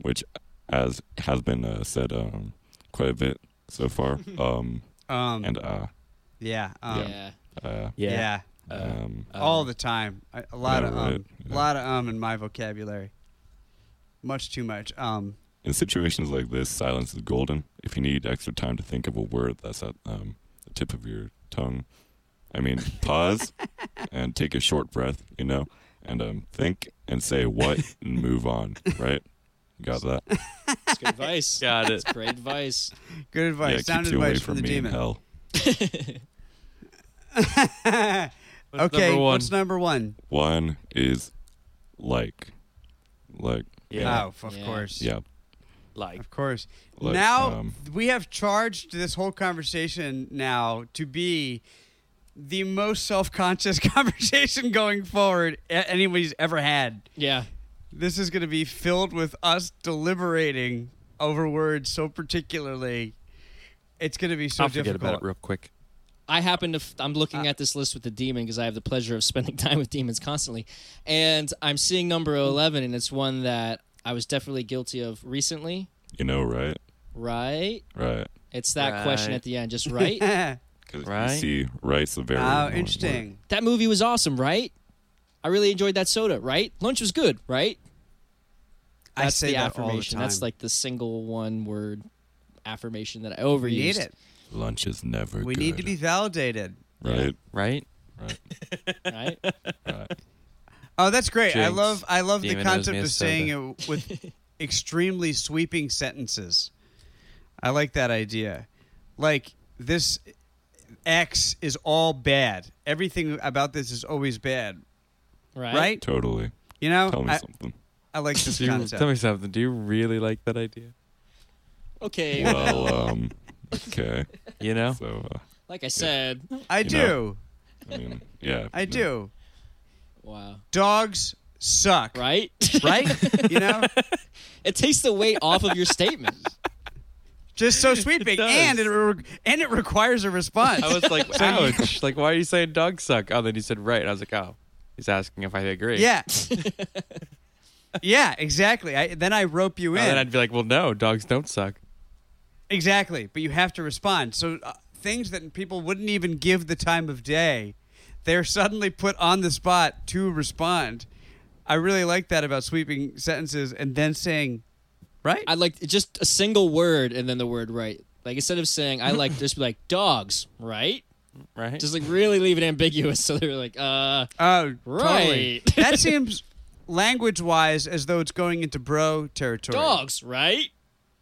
Speaker 8: which, as has been uh, said um, quite a bit so far, um,
Speaker 2: Um,
Speaker 8: and uh,
Speaker 2: yeah, um, yeah,
Speaker 5: yeah.
Speaker 8: uh,
Speaker 3: Yeah.
Speaker 8: um,
Speaker 2: all the time. I, a lot of
Speaker 8: Yeah,
Speaker 2: um,
Speaker 8: right,
Speaker 2: a
Speaker 8: yeah.
Speaker 2: lot of um in my vocabulary. Much too much. Um,
Speaker 8: in situations like this, silence is golden. If you need extra time to think of a word that's at um, the tip of your tongue, I mean, pause and take a short breath, you know, and um, think and say what and move on, right? Got that?
Speaker 5: It's good advice.
Speaker 3: Got it.
Speaker 5: It's great advice.
Speaker 2: good advice.
Speaker 8: yeah, it
Speaker 2: Sound
Speaker 8: keeps you away
Speaker 2: advice
Speaker 8: from,
Speaker 2: from the
Speaker 8: me and
Speaker 2: demon.
Speaker 8: hell.
Speaker 3: What's
Speaker 2: okay,
Speaker 3: number one?
Speaker 2: what's number one?
Speaker 8: One is like, like,
Speaker 3: yeah.
Speaker 2: Oh, of
Speaker 5: Yeah.
Speaker 2: course.
Speaker 8: yeah,
Speaker 3: Like.
Speaker 2: Of course.
Speaker 8: Like,
Speaker 2: now
Speaker 8: um,
Speaker 2: we have charged this whole conversation now to be the most self-conscious conversation going forward a- anybody's ever had.
Speaker 5: Yeah.
Speaker 2: This is going to be filled with us deliberating over words so particularly. It's going to be so
Speaker 3: I'll forget
Speaker 2: difficult.
Speaker 3: about it real quick.
Speaker 5: I happen to. F- I'm looking at this list with the demon because I have the pleasure of spending time with demons constantly, and I'm seeing number eleven, and it's one that I was definitely guilty of recently.
Speaker 8: you know, right,
Speaker 5: Right?
Speaker 8: right,
Speaker 5: It's that question
Speaker 3: Right.
Speaker 5: at the end. Just right.
Speaker 8: because
Speaker 3: Right.
Speaker 8: you see, right's a very
Speaker 2: oh,
Speaker 8: important word.
Speaker 2: interesting.
Speaker 5: that movie was awesome. Right? I really enjoyed that soda. Right? Lunch was good. Right? That's
Speaker 2: I say
Speaker 5: the
Speaker 2: that all the
Speaker 5: affirmation.
Speaker 2: time.
Speaker 5: That's like the single one word affirmation that I overused.
Speaker 2: we need it.
Speaker 8: Lunch is never.
Speaker 2: We need to
Speaker 8: good,
Speaker 2: be validated.
Speaker 8: right.
Speaker 3: Right?
Speaker 5: Right?
Speaker 2: Oh, that's great. I
Speaker 3: Jinx.
Speaker 2: love I love the
Speaker 3: Demon owes
Speaker 2: concept
Speaker 3: me a
Speaker 2: of saying it with extremely sweeping sentences. I like that idea. Like this X is all bad. Everything about this is always bad,
Speaker 5: Right?
Speaker 2: right?
Speaker 8: Totally.
Speaker 2: You know,
Speaker 8: Tell me
Speaker 2: Oh, I,
Speaker 8: something.
Speaker 2: I like this
Speaker 3: Do you,
Speaker 2: concept.
Speaker 3: tell me something. Do you really like that idea?
Speaker 5: Okay.
Speaker 8: Well, um, okay.
Speaker 3: You know?
Speaker 8: So, uh,
Speaker 5: Like I said.
Speaker 2: I
Speaker 8: you
Speaker 2: do.
Speaker 8: know. I mean, yeah.
Speaker 2: I
Speaker 8: no,
Speaker 2: do.
Speaker 5: Wow.
Speaker 2: Dogs suck,
Speaker 5: Right?
Speaker 2: Right? you know,
Speaker 5: it takes the weight off of your statement.
Speaker 2: just so sweeping,
Speaker 3: does.
Speaker 2: and it re- and it requires a response.
Speaker 3: I was like, ouch. like, why are you saying dogs suck? Oh, then you said right. I was like, oh, he's asking if I agree.
Speaker 2: Yeah. yeah, exactly. I, then I rope you in.
Speaker 3: And Oh, then I'd be like, well, no, dogs don't suck.
Speaker 2: exactly. But you have to respond. So uh, things that people wouldn't even give the time of day, they're suddenly put on the spot to respond. I really like that about sweeping sentences and then saying, right?
Speaker 5: I like just a single word and then the word right. Like instead of saying I like just be like dogs, right?
Speaker 3: Right?
Speaker 5: Just like really leave it ambiguous so they're like, uh
Speaker 2: oh, totally.
Speaker 5: Right.
Speaker 2: that seems language wise as though it's going into bro territory.
Speaker 5: dogs, right?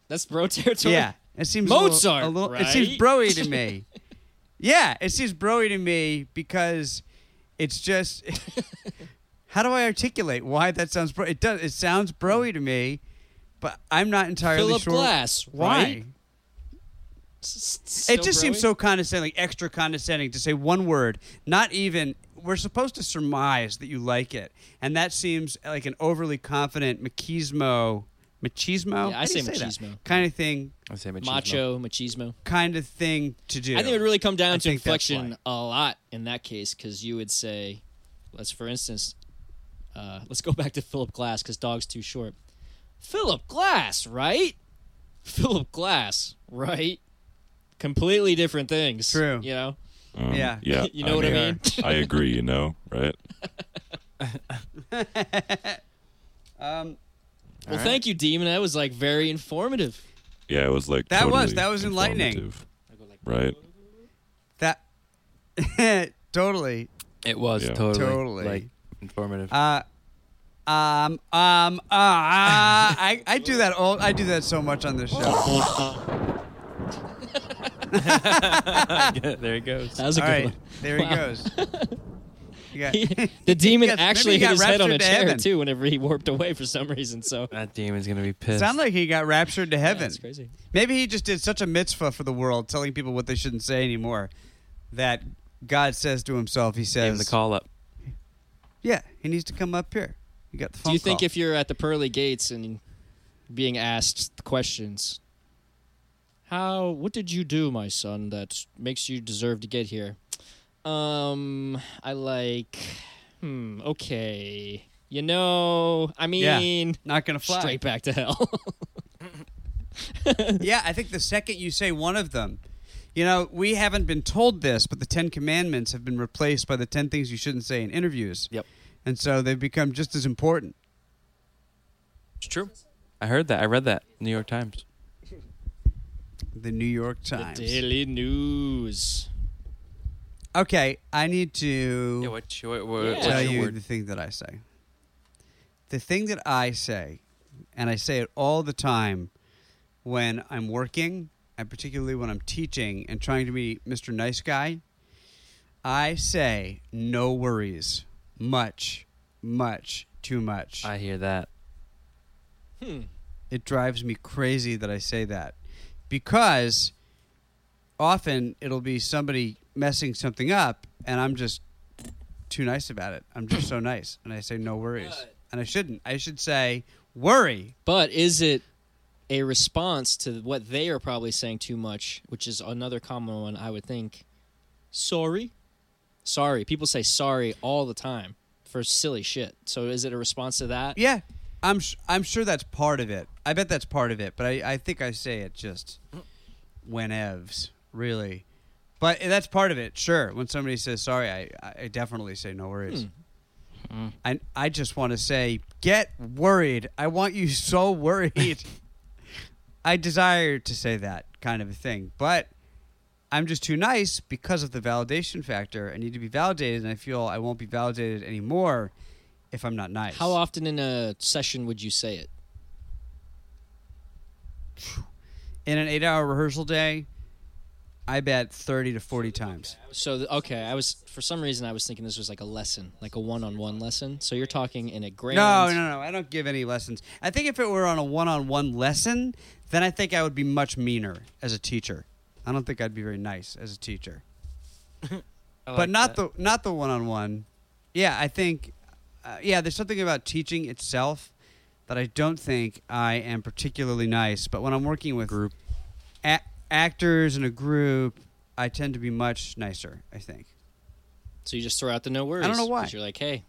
Speaker 5: That's bro territory.
Speaker 2: Yeah, it seems
Speaker 5: Mozart,
Speaker 2: A little, a little, It seems
Speaker 5: right?
Speaker 2: broy to me. yeah, it seems broy to me because it's just. how do I articulate why that sounds bro? It does. It sounds broy to me, but I'm not entirely
Speaker 5: Philip
Speaker 2: sure
Speaker 5: Glass,
Speaker 2: why.
Speaker 5: right? S- s-
Speaker 2: it just
Speaker 5: so
Speaker 2: seems
Speaker 5: bro-y.
Speaker 2: so condescending, extra condescending to say one word. Not even. We're supposed to surmise that you like it, and that seems like an overly confident machismo, machismo.
Speaker 5: Yeah, I
Speaker 2: How do you
Speaker 5: say
Speaker 2: that?
Speaker 5: machismo.
Speaker 2: kind of thing.
Speaker 3: I say machismo.
Speaker 5: macho, machismo.
Speaker 2: Kind of thing to do.
Speaker 5: I think it would really come down
Speaker 2: I
Speaker 5: to
Speaker 2: think that's
Speaker 5: inflection
Speaker 2: why.
Speaker 5: a lot in that case because you would say, let's for instance, uh, let's go back to Philip Glass because dog's too short. Philip Glass, right? Philip Glass, right? Completely different things.
Speaker 2: True.
Speaker 5: You know,
Speaker 8: Um,
Speaker 2: Yeah.
Speaker 8: Yeah.
Speaker 5: You know what I mean?
Speaker 8: I agree. You know, right?
Speaker 5: well, thank you, Demon. That was like very informative.
Speaker 8: Yeah, it was like
Speaker 2: That was-
Speaker 8: totally
Speaker 2: that was enlightening.
Speaker 8: informative, Right?
Speaker 2: That totally,
Speaker 3: It was
Speaker 8: Yeah.
Speaker 3: totally,
Speaker 2: Totally.
Speaker 3: like informative.
Speaker 2: Uh, um, um, uh, I, I do that all. I do that so much on this show.
Speaker 3: there he goes.
Speaker 5: That was a
Speaker 2: All
Speaker 5: good
Speaker 2: right,
Speaker 5: one.
Speaker 2: there
Speaker 5: Wow.
Speaker 2: he goes. You got-
Speaker 5: He- the demon
Speaker 2: got-
Speaker 5: actually
Speaker 2: maybe he
Speaker 5: hit
Speaker 2: got
Speaker 5: his head on a
Speaker 2: raptured to
Speaker 5: chair
Speaker 2: heaven.
Speaker 5: too whenever he warped away for some reason. So
Speaker 3: That demon's gonna be pissed.
Speaker 2: Sound like he got raptured to heaven.
Speaker 5: that's crazy.
Speaker 2: Maybe he just did such a mitzvah for the world, telling people what they shouldn't say anymore, that God says to himself, He
Speaker 3: Gave
Speaker 2: says,
Speaker 3: him the call up.
Speaker 2: Yeah, he needs to come up here. You got the phone
Speaker 5: Do you think
Speaker 2: call.
Speaker 5: if you're at the pearly gates and being asked questions, how what did you do, my son, that makes you deserve to get here? Um, I like. Hmm. Okay. You know, I
Speaker 2: Yeah.
Speaker 5: mean,
Speaker 2: not gonna fly?
Speaker 5: straight back to hell.
Speaker 2: Yeah, I think the second you say one of them, you know, we haven't been told this, but the Ten Commandments have been replaced by the Ten Things You Shouldn't Say in interviews.
Speaker 3: Yep.
Speaker 2: And so they've become just as important.
Speaker 3: It's true. I heard that. I read that. New York Times.
Speaker 2: The New York
Speaker 5: the
Speaker 2: Times.
Speaker 5: Daily News.
Speaker 2: Okay, I need to.
Speaker 3: Yeah. What? What?
Speaker 5: what's
Speaker 2: tell
Speaker 5: your
Speaker 2: you the thing that I say. The thing that I say, and I say it all the time when I'm working, and particularly when I'm teaching and trying to be Mr. Nice Guy, I say no worries. Much, much, too much.
Speaker 3: I hear that.
Speaker 2: it drives me crazy that I say that because often it'll be somebody messing something up and I'm just too nice about it. I'm just so nice and I say no worries. And I shouldn't. I should say worry.
Speaker 5: But is it a response to what they are probably saying too much, which is another common one I would think? Sorry. Sorry. People say sorry all the time for silly shit. So is it a response to that?
Speaker 2: Yeah. I'm sh- I'm sure that's part of it. I bet that's part of it, but I, I think I say it just whenevs, really. But that's part of it, sure. When somebody says sorry, I, I definitely say no worries. I I just want to say, get worried. I want you so worried. I desire to say that kind of a thing, but I'm just too nice because of the validation factor. I need to be validated, and I feel I won't be validated anymore if I'm not nice.
Speaker 5: How often in a session would you say it?
Speaker 2: in an eight-hour rehearsal day, I bet thirty to forty times.
Speaker 5: So th- okay, I was for some reason I was thinking this was like a lesson, like a one-on-one lesson. So you're talking in a grand.
Speaker 2: No, no, no. I don't give any lessons. I think if it were on a one-on-one lesson, then I think I would be much meaner as a teacher. I don't think I'd be very nice as a teacher. but not the not the one-on-one. Yeah, I think. Uh, yeah, there's something about teaching itself that I don't think I am particularly nice. But when I'm working with
Speaker 3: Group.
Speaker 2: a- actors in a group, I tend to be much nicer. I think
Speaker 5: So you just throw out the no worries.
Speaker 2: know why.
Speaker 5: 'cause You're like, hey,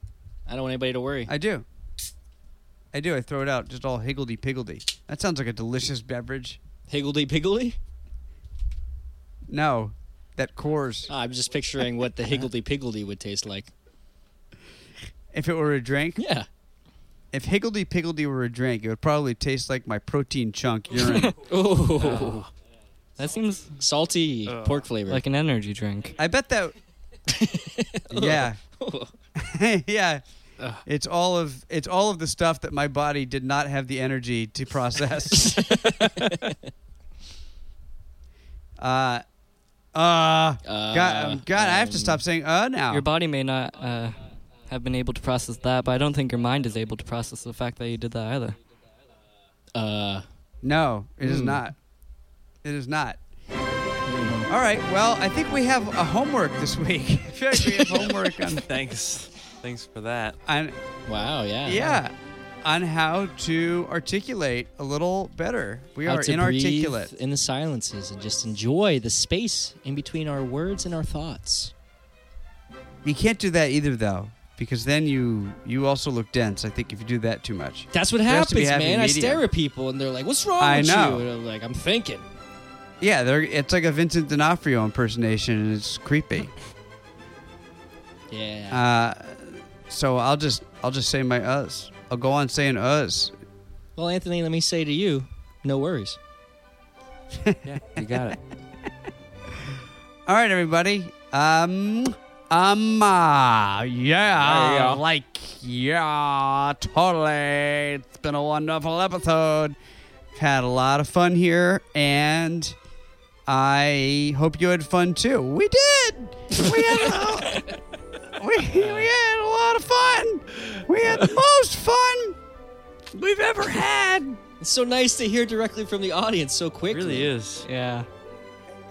Speaker 5: I don't want anybody to worry.
Speaker 2: I do. I do. I throw it out just all higgledy piggledy. That sounds like a delicious beverage.
Speaker 5: Higgledy piggledy.
Speaker 2: No, that Coors.
Speaker 5: I'm just picturing what the higgledy piggledy would taste like.
Speaker 2: If it were a drink,
Speaker 5: Yeah.
Speaker 2: if higgledy piggledy were a drink, it would probably taste like my protein chunk urine.
Speaker 5: Oh.
Speaker 9: That seems
Speaker 5: Salty
Speaker 2: Uh,
Speaker 5: pork flavor.
Speaker 9: an energy drink.
Speaker 2: I bet that. yeah. yeah. It's all of it's all of the stuff that my body did not have the energy to process. uh, uh, God, um, God, I have to stop saying "uh" now.
Speaker 4: Your body may not uh, have been able to process that, but I don't think your mind is able to process the fact that you did that either.
Speaker 5: uh,
Speaker 2: No, it is not. It is not. All right. Well, I think we have a homework this week. Hmm. I feel like we have homework on,
Speaker 3: Thanks. Thanks for that.
Speaker 2: on
Speaker 5: wow. Yeah.
Speaker 2: yeah, on how to articulate a little better. We
Speaker 5: How
Speaker 2: are
Speaker 5: to
Speaker 2: inarticulate.
Speaker 5: breathe in the silences and just enjoy the space in between our words and our thoughts.
Speaker 2: You can't do that either, though, because then you you also look dense. I think if you do that too much.
Speaker 5: That's what
Speaker 2: There has
Speaker 5: happens,
Speaker 2: to be
Speaker 5: man.
Speaker 2: happy
Speaker 5: I
Speaker 2: medium.
Speaker 5: stare at people and they're like, "What's wrong
Speaker 2: I
Speaker 5: with
Speaker 2: know.
Speaker 5: you?" And I'm like, "I'm thinking."
Speaker 2: Yeah, they're, it's like a Vincent D'Onofrio impersonation, and it's creepy.
Speaker 5: Yeah.
Speaker 2: Uh, so I'll just I'll just say my us. I'll go on saying us.
Speaker 5: well, Anthony, let me say to you, no worries.
Speaker 3: yeah, you got it.
Speaker 2: All right, everybody. Um, um, uh,
Speaker 3: There you
Speaker 2: yeah,
Speaker 3: go.
Speaker 2: like, yeah, totally. It's been a wonderful episode. Had a lot of fun here, and I hope you had fun too. We did. We had, a, we, we had a lot of fun. We had the most fun we've ever had.
Speaker 5: It's so nice to hear directly from the audience so
Speaker 3: It
Speaker 5: quickly.
Speaker 3: really is.
Speaker 4: Yeah.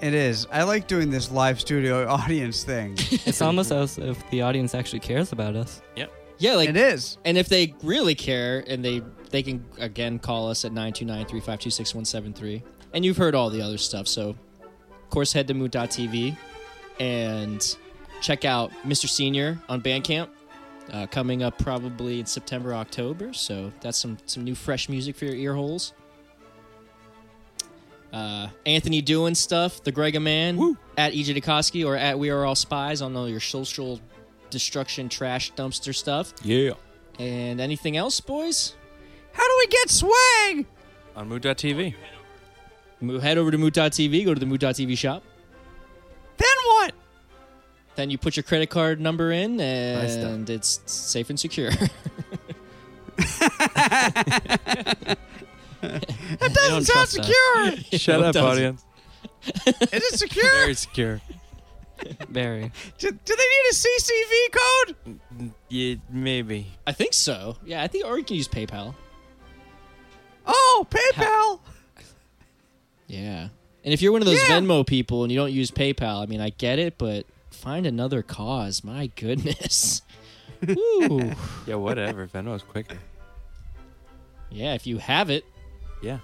Speaker 2: It is. I like doing this live studio audience thing.
Speaker 4: It's almost as if the audience actually cares about us.
Speaker 5: Yeah, like
Speaker 2: it is.
Speaker 5: and if they really care and they they can again call us at 929-352-6173. And you've heard all the other stuff, so of course head to moot.tv and check out Mr. Senior on Bandcamp. Uh, coming up probably in September, October, so that's some some new fresh music for your ear holes. Uh, Anthony doing stuff, the Grega Man at EJ Dukoski or at We Are All Spies on all your social destruction trash dumpster stuff.
Speaker 3: Yeah.
Speaker 5: And anything else, boys?
Speaker 2: How do we get swag?
Speaker 3: On Mood.tv.
Speaker 5: Mo- Head over to moot.tv, go to the moot.tv shop.
Speaker 2: Then what?
Speaker 5: Then you put your credit card number in,
Speaker 4: stuff.
Speaker 5: and it's safe and secure.
Speaker 2: That
Speaker 4: I don't
Speaker 2: doesn't sound
Speaker 4: trust that.
Speaker 2: secure.
Speaker 3: Shut
Speaker 5: No, it
Speaker 3: up,
Speaker 5: doesn't.
Speaker 3: audience.
Speaker 2: Is it secure?
Speaker 3: Very secure.
Speaker 4: Very.
Speaker 2: do, do they need a CCV code?
Speaker 3: Yeah, maybe.
Speaker 5: I think so. Yeah, I think, or you can use PayPal.
Speaker 2: Oh, PayPal.
Speaker 5: Yeah. And if you're one of those
Speaker 2: Yeah.
Speaker 5: Venmo people and you don't use PayPal, I mean, I get it, but find another cause. My goodness. Woo.
Speaker 3: Yeah, whatever. Venmo's quicker.
Speaker 5: Yeah, if you have it.
Speaker 3: Yeah.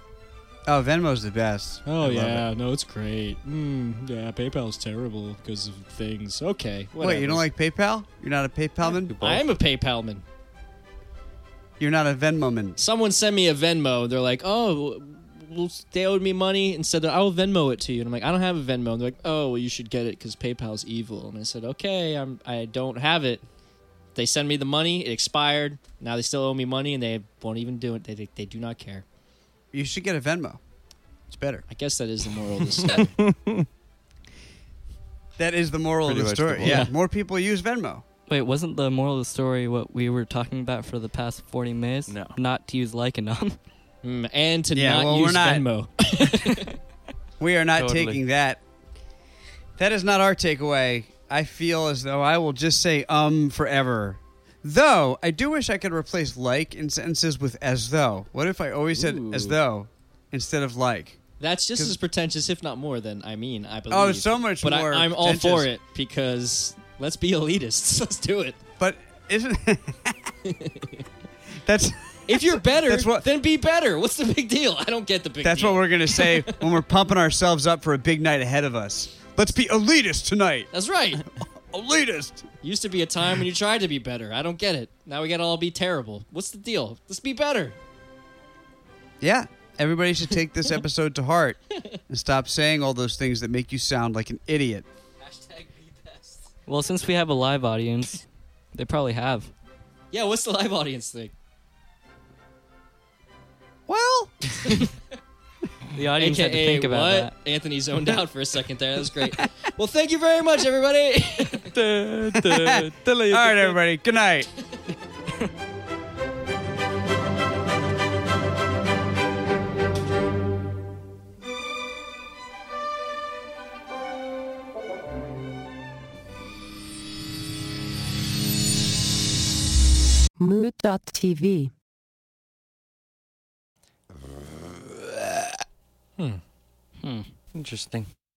Speaker 2: Oh, Venmo's the best.
Speaker 5: Oh,
Speaker 2: yeah.
Speaker 5: no, it's great. Mm, yeah, PayPal's terrible because of things. Okay.
Speaker 2: Wait, you don't like PayPal? You're not a PayPalman?
Speaker 5: I am a PayPal man.
Speaker 2: You're not a Venmoman.
Speaker 5: someone sent me a Venmo. They're like, oh, well, they owed me money and said that I will Venmo it to you. And I'm like, I don't have a Venmo. And they're like, oh, well, you should get it because PayPal's evil. And I said, okay, I'm I don't have it. They send me the money. It expired. Now they still owe me money, and they won't even do it. They they, they do not care.
Speaker 2: You should get a Venmo. It's better.
Speaker 5: I guess that is the moral of the story.
Speaker 2: That is the moral
Speaker 3: Pretty
Speaker 2: of the
Speaker 3: much
Speaker 2: story.
Speaker 3: the
Speaker 2: yeah.
Speaker 5: moral.
Speaker 2: more people use Venmo.
Speaker 4: Wait, wasn't the moral of the story what we were talking about for the past 40 minutes?
Speaker 3: No.
Speaker 4: Not to use Lycanom.
Speaker 5: Mm, and to
Speaker 2: Yeah,
Speaker 5: not
Speaker 2: well, we're
Speaker 5: use
Speaker 2: not-
Speaker 5: Venmo.
Speaker 2: We are not
Speaker 3: Totally.
Speaker 2: taking that. That is not our takeaway. I feel as though I will just say um forever. Though I do wish I could replace like in sentences with as though. What if I always said as
Speaker 5: Ooh.
Speaker 2: though instead of like?
Speaker 5: That's just
Speaker 2: 'Cause-
Speaker 5: as pretentious, if not more, than I mean. I believe.
Speaker 2: Oh, it's so much
Speaker 5: but
Speaker 2: more.
Speaker 5: I, I'm all for
Speaker 2: pretentious.
Speaker 5: it because let's be elitists. Let's do it.
Speaker 2: But isn't that's
Speaker 5: If you're better,
Speaker 2: That's what-
Speaker 5: then be better. What's the big deal? I don't get the big
Speaker 2: that's
Speaker 5: deal.
Speaker 2: what we're gonna say when we're pumping ourselves up for a big night ahead of us. Let's be elitist tonight.
Speaker 5: That's right.
Speaker 2: Elitist.
Speaker 5: Used to be a time when you tried to be better. I don't get it. Now we gotta all be terrible. What's the deal? Let's be better.
Speaker 2: Yeah. Everybody should take this episode to heart and stop saying all those things that make you sound like an idiot.
Speaker 5: Hashtag be best.
Speaker 4: Well, since we have a live audience, they probably have.
Speaker 5: Yeah, what's the live audience thing?
Speaker 2: Well,
Speaker 4: The audience had to
Speaker 5: AKA,
Speaker 4: think about
Speaker 5: what?
Speaker 4: that.
Speaker 5: Anthony zoned out for a second there. That was great. well, thank you very much, everybody.
Speaker 2: all right, everybody. Good night.
Speaker 10: Mood.tv.
Speaker 3: Interesting.